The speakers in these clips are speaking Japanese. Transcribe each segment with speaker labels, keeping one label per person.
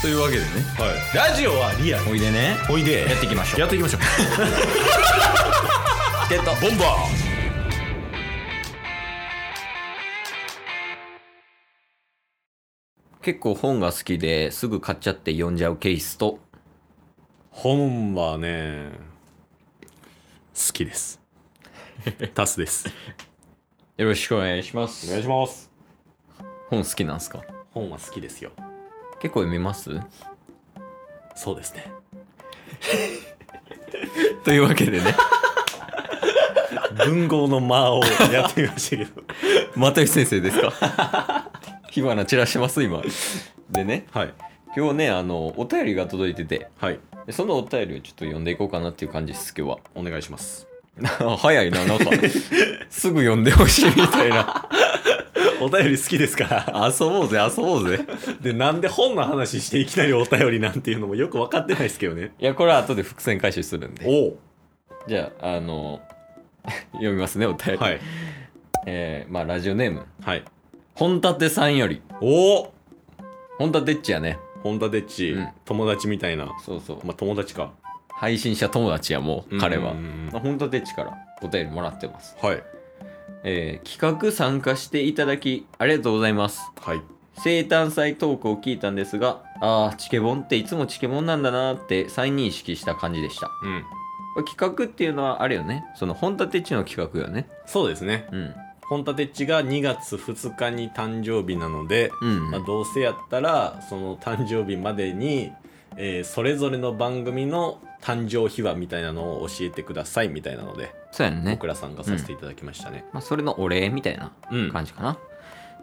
Speaker 1: というわけでね
Speaker 2: はい、ラジオはリアル
Speaker 1: おいでね
Speaker 2: おいで
Speaker 1: やっていきましょう
Speaker 2: やっていきましょう
Speaker 1: ゲット
Speaker 2: ボンバ
Speaker 1: 結構本が好きですぐ買っちゃって読んじゃうケースと
Speaker 2: ー本はね好きですタスです
Speaker 1: よろしくお願いします
Speaker 2: します
Speaker 1: 本好きなんすか
Speaker 2: 本は好きですよ
Speaker 1: 結構読みます
Speaker 2: そうですね
Speaker 1: というわけで ね
Speaker 2: 文豪の間をやってみましたけど
Speaker 1: 又吉先生ですか 火花散らしてます今でね
Speaker 2: はい
Speaker 1: 今日ねあのお便りが届いてて
Speaker 2: はい
Speaker 1: でそのお便りをちょっと読んでいこうかなっていう感じです今日
Speaker 2: お願いします
Speaker 1: は 早いな なんかすぐ読んでほ しいみたいな
Speaker 2: お便り好きですから
Speaker 1: 遊ぼうぜ遊ぼうぜ
Speaker 2: でなんで本の話していきなりお便りなんていうのもよく分かってないですけどね
Speaker 1: いやこれは後で伏線回収するんで
Speaker 2: お
Speaker 1: じゃああの 読みますねお便り、
Speaker 2: はい
Speaker 1: えーまあラジオネーム
Speaker 2: はい
Speaker 1: 本立さんより
Speaker 2: おお
Speaker 1: 本立っちやね
Speaker 2: 本田デッチ、
Speaker 1: うん
Speaker 2: 友達みたいな
Speaker 1: そうそう
Speaker 2: まあ友達か
Speaker 1: 配信者友達やもう彼は
Speaker 2: うんうんうん
Speaker 1: 本立っちからお便りもらってます、
Speaker 2: はい
Speaker 1: えー企画参加していただきありがとうございます
Speaker 2: はい
Speaker 1: 生誕祭トークを聞いたんですがああチケボンっていつもチケボンなんだなーって再認識した感じでした
Speaker 2: うん
Speaker 1: これ企画っていうのはあれよねその本立っちの企画よね
Speaker 2: そうですね
Speaker 1: うん
Speaker 2: 本田デッチが2月2日に誕生日なので、
Speaker 1: うん
Speaker 2: まあ、どうせやったらその誕生日までに、えーそれぞれの番組の誕生秘話みたいなのを教えてくださいみたいなので
Speaker 1: そうやんね
Speaker 2: 僕らさんがさせていただきましたね、
Speaker 1: まあ、それのお礼みたいな
Speaker 2: うん
Speaker 1: 感じかな。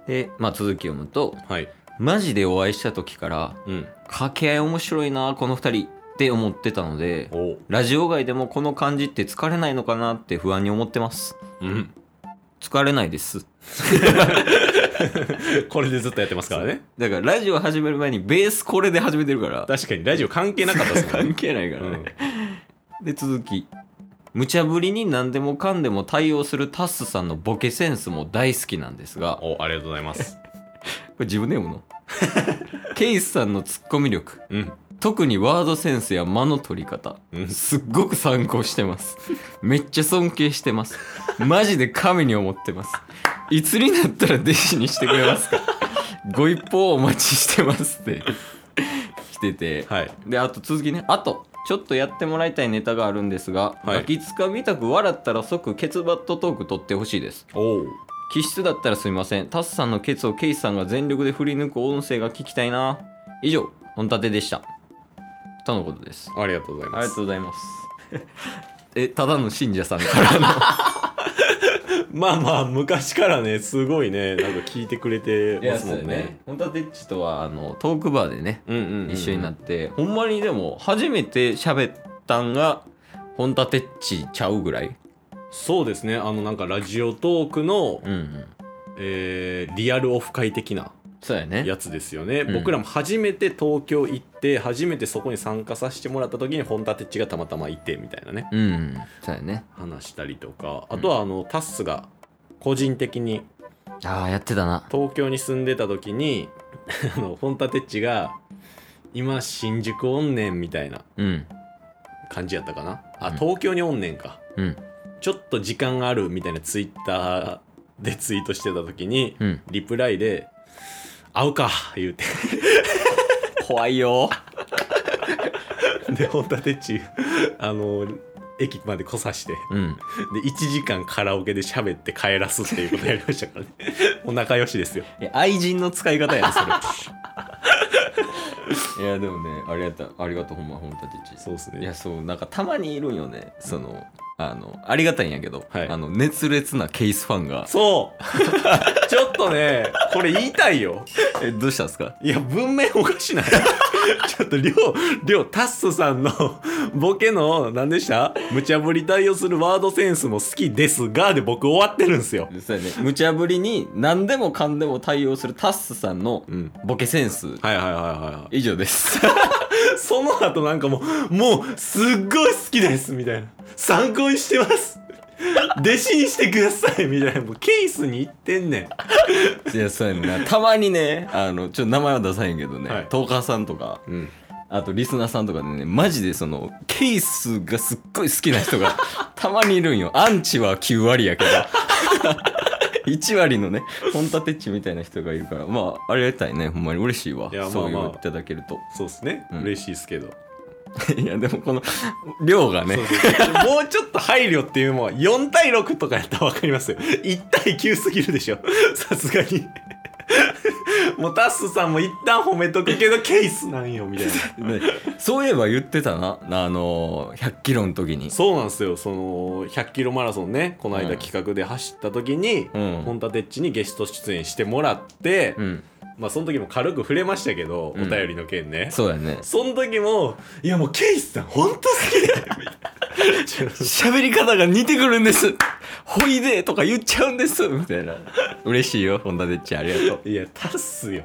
Speaker 1: で、まあ、続き読むと、
Speaker 2: はい
Speaker 1: マジでお会いした時から、
Speaker 2: うん
Speaker 1: 掛け合い面白いな、この二人って思ってたので、
Speaker 2: おう
Speaker 1: ラジオ外でもこの感じって疲れないのかなって不安に思ってます。
Speaker 2: うん
Speaker 1: 疲れないです。
Speaker 2: これでずっとやってますからね
Speaker 1: だから、ラジオ始める前にベースこれで始めてるから、
Speaker 2: 確かにラジオ関係なかったですもん
Speaker 1: 関
Speaker 2: ね
Speaker 1: 係ないからね。で、続き。無茶ぶりに何でもかんでも対応するタッスさんのボケセンスも大好きなんですが、
Speaker 2: うん おありがとうございます
Speaker 1: これ自分で読むの ケイスさんのツッコミ力、
Speaker 2: うん
Speaker 1: 特にワードセンスや間の取り方
Speaker 2: うん
Speaker 1: すっごく参考してますめっちゃ尊敬してますマジで神に思ってますいつになったら弟子にしてくれますかご一報お待ちしてますって来てて
Speaker 2: はい
Speaker 1: であと続きねあとちょっとやってもらいたいネタがあるんですが、
Speaker 2: はい
Speaker 1: ガキつかみたく笑ったら即ケツバットトーク取ってほしいです
Speaker 2: おう
Speaker 1: 気質だったらすみませんタスさんのケツをケイスさんが全力で振り抜く音声が聞きたいな以上本立てでしたとのことです
Speaker 2: ありがとうござい
Speaker 1: あ
Speaker 2: ま
Speaker 1: り
Speaker 2: す
Speaker 1: がとうございます えただの信者さんからの
Speaker 2: まあまあ昔からねすごいねなんか聞いてくれてますもんね
Speaker 1: 本立てっちとはあのトークバーでね
Speaker 2: うんうんうんうん、
Speaker 1: 一緒になって、ほんまにでも初めて喋ったんが本立てっちちゃうぐらい
Speaker 2: そうですねあのなんかラジオトークの、
Speaker 1: うん、うん、
Speaker 2: えーリアルオフ会的な
Speaker 1: そうやね
Speaker 2: やつですよね、
Speaker 1: うん
Speaker 2: 僕らも初めて東京行って初めてそこに参加させてもらった時に本立てっちがたまたまいてみたいなね
Speaker 1: うんそうやね
Speaker 2: 話したりとかあとはあの、タッスが個人的に
Speaker 1: ああやってたな
Speaker 2: 東京に住んでた時に あの本立てっちが「今新宿おんねん」みたいな
Speaker 1: うん
Speaker 2: 感じやったかな
Speaker 1: う
Speaker 2: あ
Speaker 1: ん
Speaker 2: 東京におんねんか
Speaker 1: うん
Speaker 2: ちょっと時間あるみたいなツイッターでツイートしてた時に、
Speaker 1: うん
Speaker 2: リプライで「会うか」言うて
Speaker 1: 怖いよ
Speaker 2: で本田てっちあの駅まで来さしてで
Speaker 1: うん
Speaker 2: 1時間カラオケで喋って帰らすっていうことやりましたか らねお仲良しですよ
Speaker 1: いや愛人の使い方やねそれ いやでもねありがとうありがとうほんまほんま立ち
Speaker 2: そうです
Speaker 1: いや
Speaker 2: ね
Speaker 1: そうなんかたまにいるんよねその、あのありがたいんやけど、
Speaker 2: はい
Speaker 1: あの熱烈なケースファンが
Speaker 2: そう ちょっとねこれ言いたいよ
Speaker 1: えどうしたんですか
Speaker 2: いや文面おかしない ちょっとりょうりょうタッスさんの ボケの何でした無茶ぶり対応するワードセンスも好きですがで僕終わってるんですよ
Speaker 1: そうやね無茶ぶりに何でもかんでも対応するタッスさんの
Speaker 2: うん
Speaker 1: ボケセンス、
Speaker 2: はいはいはいはいは
Speaker 1: 以上です
Speaker 2: いその後なんかもう、もう、すっごい好きですみたいな。参考にしてます。 弟子にしてくださいみたいな。もうケースに行ってんね ん。
Speaker 1: いやそうやねんな たまにねあのちょっと名前は出さへんけどね、
Speaker 2: はい
Speaker 1: トーカーさんとか
Speaker 2: うん。
Speaker 1: あとリスナーさんとかでねマジでそのケースがすっごい好きな人 がたまにいるんよアンチは9割やけど 1割のね本立てっちみたいな人がいるからまあありがたいねほんまに嬉しいわ
Speaker 2: いやまあまあ
Speaker 1: そういうのいただけると
Speaker 2: そうっすね。
Speaker 1: うん
Speaker 2: 嬉しいですけど。
Speaker 1: いやでもこの量がね
Speaker 2: そうそうそうもうちょっと配慮っていうのは4対6とかやったら分かりますよ1対9すぎるでしょさすがにもうタッスさんも一旦褒めとくけどケースなんよみたいな
Speaker 1: ねそういえば言ってたなあの100キロの時に
Speaker 2: そうなんですよその100キロマラソンねこの間企画で走った時に、
Speaker 1: うん
Speaker 2: 本立てっちにゲスト出演してもらって、
Speaker 1: うん
Speaker 2: まあその時も軽く触れましたけど、
Speaker 1: うん
Speaker 2: お便りの件ね
Speaker 1: そうやね
Speaker 2: その時も「いやもうケイスさん本当好きだよ」みたいなちょっと
Speaker 1: 喋り方が似てくるんですほいでとか言っちゃうんですみたいな嬉しいよ本田でっちありがと
Speaker 2: いや、タスよ。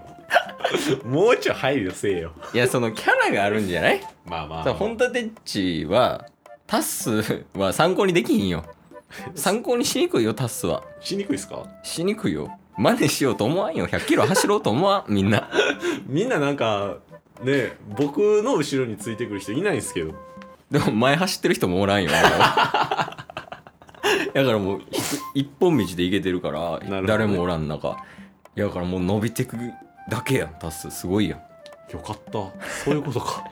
Speaker 2: もうちょい配慮せえよ。
Speaker 1: ういやそのキャラがあるんじゃない
Speaker 2: まあまあ。
Speaker 1: さ本田でっちはタッスは参考にできひんよ参考にしにくいよタッスは
Speaker 2: しにくいっすか
Speaker 1: しにくいよ真似しようと思わんよ100キロ走ろうと思わんみんな
Speaker 2: みんななんか、ね、僕の後ろについてくる人いないんすけど。
Speaker 1: でも前走ってる人もおらんよだからもうひ一本道で行けてるから
Speaker 2: るほどね
Speaker 1: 誰もおらん中いやだからもう伸びてくだけやんタッスすごいやん
Speaker 2: よかった。そういうことか。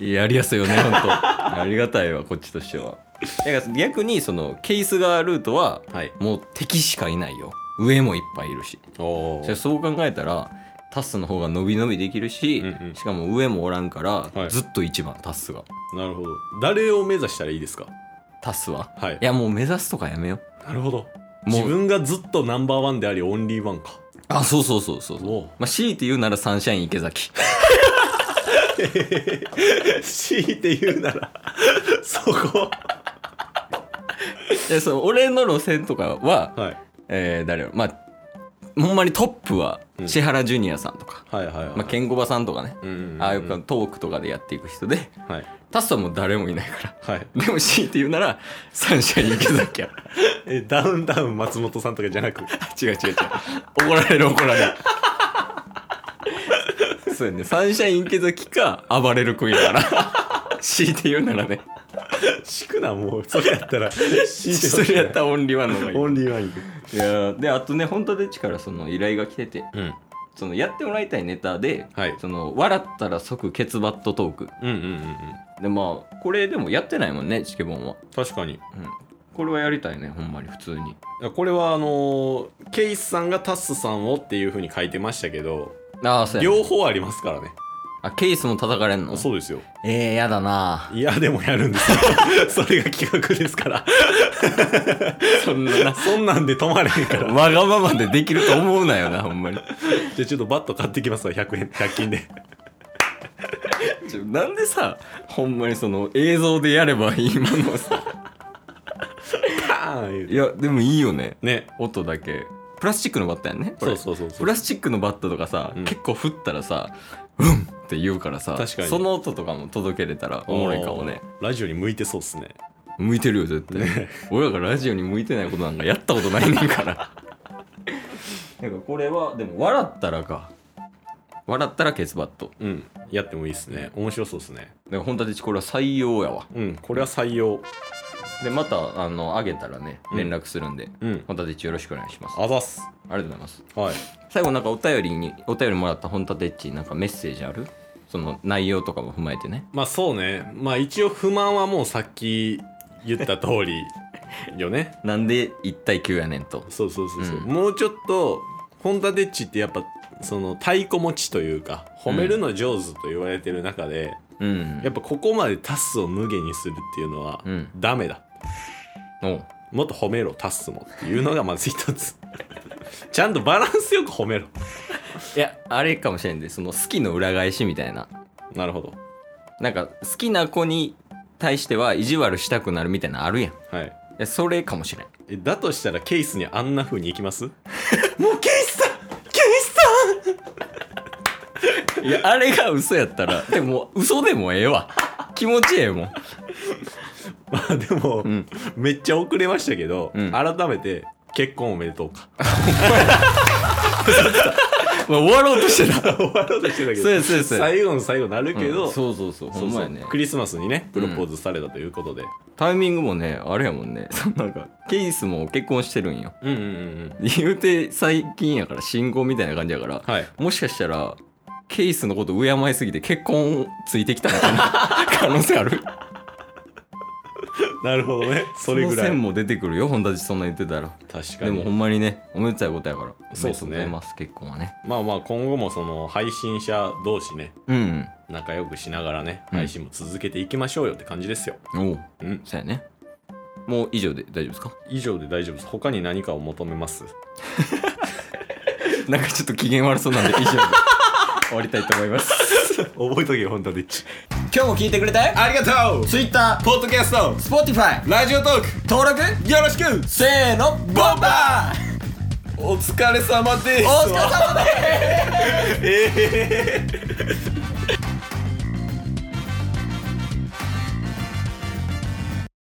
Speaker 1: やりやすいよね本当ありがたいわこっちとしてはだから逆にそのケース側ルートは
Speaker 2: はい。
Speaker 1: もう敵しかいないよ上もいっぱいいるし
Speaker 2: お
Speaker 1: じゃあそう考えたらタッスの方が伸び伸びできるし、
Speaker 2: うんうん
Speaker 1: しかも上もおらんから、
Speaker 2: はい
Speaker 1: ずっと一番タッスが
Speaker 2: なるほど。誰を目指したらいいですか
Speaker 1: タッスは
Speaker 2: はい
Speaker 1: い。やもう目指すとかやめよ
Speaker 2: なるほど。
Speaker 1: うも
Speaker 2: 自
Speaker 1: う
Speaker 2: 分がずっとナンバーワンであり、オンリーワンか。
Speaker 1: あそうそうそうそうそう
Speaker 2: おう
Speaker 1: まあ強いて言うならサンシャイン池崎
Speaker 2: 強いて言うなら、 そこ。
Speaker 1: でその俺の路線とかは、
Speaker 2: はい。
Speaker 1: えー誰よまあほんまにトップは
Speaker 2: うん
Speaker 1: 千原ジュニアさんとか、
Speaker 2: はいはいはい。
Speaker 1: まあ、ケンコバさんとかね、
Speaker 2: うんうんうん。
Speaker 1: ああいうかトークとかでやっていく人で
Speaker 2: はい。
Speaker 1: タスはもう誰もいないから
Speaker 2: はい。
Speaker 1: でも強いて言うならサンシャイン池崎や
Speaker 2: え、ダウンタウン松本さんとかじゃな く。
Speaker 1: 違う違う違う怒られる 怒られるそうやねサンシャイン池崎か暴れる君やから 強いて言うならね
Speaker 2: 敷くなもう それやったら敷いて
Speaker 1: それやったらオンリーワンの方がいい
Speaker 2: オンリーワン
Speaker 1: いやーであとね本当でっちからその依頼が来てて
Speaker 2: うん
Speaker 1: そのやってもらいたいネタで、
Speaker 2: はい
Speaker 1: その笑ったら即ケツバットトーク
Speaker 2: うんうんうんうん
Speaker 1: でまあこれでもやってないもんねチケボンは、
Speaker 2: 確かに
Speaker 1: うん、これはやりたいねほんまに普通に
Speaker 2: いやこれはあのーケイスさんがタッスさんをっていうふうに書いてましたけど
Speaker 1: ああそうやね、
Speaker 2: 両方ありますからね
Speaker 1: あケースも叩かれんの
Speaker 2: そうですよ
Speaker 1: えー、やだない
Speaker 2: やでもやるんですよ それが企画ですから
Speaker 1: そんな
Speaker 2: そんなんで止まれへん から
Speaker 1: わがままでできると思うなよなほんまに
Speaker 2: じゃあちょっとバット買ってきますわ100円100均で
Speaker 1: ちょなんでさほんまにその映像でやればいいものをさ
Speaker 2: パー ン
Speaker 1: い
Speaker 2: 言う
Speaker 1: やでもいいよね
Speaker 2: ね
Speaker 1: 音だけプラスチックのバットやんねこ
Speaker 2: そ
Speaker 1: れ
Speaker 2: うそうそうそ
Speaker 1: プ
Speaker 2: う
Speaker 1: ラスチックのバットとかさ、
Speaker 2: うん
Speaker 1: 結構振ったらさ「うん!」って言うからさ
Speaker 2: 確かに
Speaker 1: その音とかも届けれたらおもろいかもね
Speaker 2: ラジオに向いてそうっすね
Speaker 1: 向いてるよ絶対、俺らがラジオに向いてないことなんかやったことないねんからなんかこれはでも笑ったらか笑ったらケツバット
Speaker 2: うんやってもいいっすね面白そうっすね
Speaker 1: で本田でちこれは採用やわ
Speaker 2: うんこれは採用
Speaker 1: でまたあの上げたらね
Speaker 2: うん
Speaker 1: 連絡するんで、
Speaker 2: うん
Speaker 1: 本田でちよろしくお願いしますあ
Speaker 2: あざっす
Speaker 1: りがとうございます
Speaker 2: はい
Speaker 1: 最後なんかお便りにお便りもらった本田でっちなんかメッセージあるその内容とかも踏まえてね
Speaker 2: まあそうねまあ一応不満はもうさっき言った通 りよね
Speaker 1: なんで1対9やねんと。
Speaker 2: そうそうそうそう、
Speaker 1: うん
Speaker 2: もうちょっとホンダデッチってやっぱその太鼓持ちというか褒めるの上手と言われてる中で、
Speaker 1: うん。
Speaker 2: やっぱここまでタスを無限にするっていうのは
Speaker 1: うん
Speaker 2: ダメだ、
Speaker 1: おう
Speaker 2: もっと褒めろタスもっていうのがまず一つ ちゃんとバランスよく褒めろ
Speaker 1: いや、あれかもしれんで、その好きの裏返しみたいな。
Speaker 2: なるほど
Speaker 1: なんか、好きな子に対しては意地悪したくなるみたいなのあるやん。い
Speaker 2: はい
Speaker 1: やそれかもしれん。
Speaker 2: えだとしたらケイスにあんな風に行きますもうケイスさんケイスさん
Speaker 1: いやあれが嘘やったらでも嘘でもええわ気持ちええもん
Speaker 2: まあでも、
Speaker 1: うん
Speaker 2: めっちゃ遅れましたけど、
Speaker 1: うん
Speaker 2: 改めて結婚おめでとうか
Speaker 1: まあ終わろうとしてた
Speaker 2: 終わろうとしてたけど
Speaker 1: そうやそうやそうや
Speaker 2: 最後の最後なるけど、
Speaker 1: うんそうそうそうほ
Speaker 2: そうんそ
Speaker 1: ま
Speaker 2: う
Speaker 1: やね
Speaker 2: クリスマスにねプロポーズされたということで、
Speaker 1: タイミングもねあれやもんねそのなんかケイスも結婚してるんよ
Speaker 2: うん、うんうんうん
Speaker 1: 言うて最近やから新婚みたいな感じやから
Speaker 2: はい
Speaker 1: もしかしたらケイスのこと敬いすぎて結婚ついてきたのか な可能性ある
Speaker 2: なるほどねそれぐ
Speaker 1: の
Speaker 2: らい
Speaker 1: 線も出てくるよ本田ちそんな言ってたら
Speaker 2: 確か
Speaker 1: で
Speaker 2: に
Speaker 1: もほんまにねおめでたいことやから
Speaker 2: そうっすね
Speaker 1: おめでとうございます結婚はね
Speaker 2: まあまあ今後もその配信者同士ね
Speaker 1: うん
Speaker 2: 仲良くしながらね
Speaker 1: うん
Speaker 2: 配信も続けていきましょうよって感じですよ、
Speaker 1: うんおう
Speaker 2: うん
Speaker 1: そうやねもう以上で大丈夫ですか
Speaker 2: 以上で大丈夫です他に何かを求めます
Speaker 1: なんかちょっと機嫌悪そうなんで以 上で終わりたいと思います
Speaker 2: 覚えとけよ本当でっち
Speaker 1: 今日も聞いてくれた
Speaker 2: ありがとう
Speaker 1: Twitter
Speaker 2: ポッドキャスト
Speaker 1: Spotify
Speaker 2: ラジオトーク
Speaker 1: 登録
Speaker 2: よろしく
Speaker 1: せーのボンバー
Speaker 2: お疲れ様です
Speaker 1: お疲れ様です
Speaker 2: ええ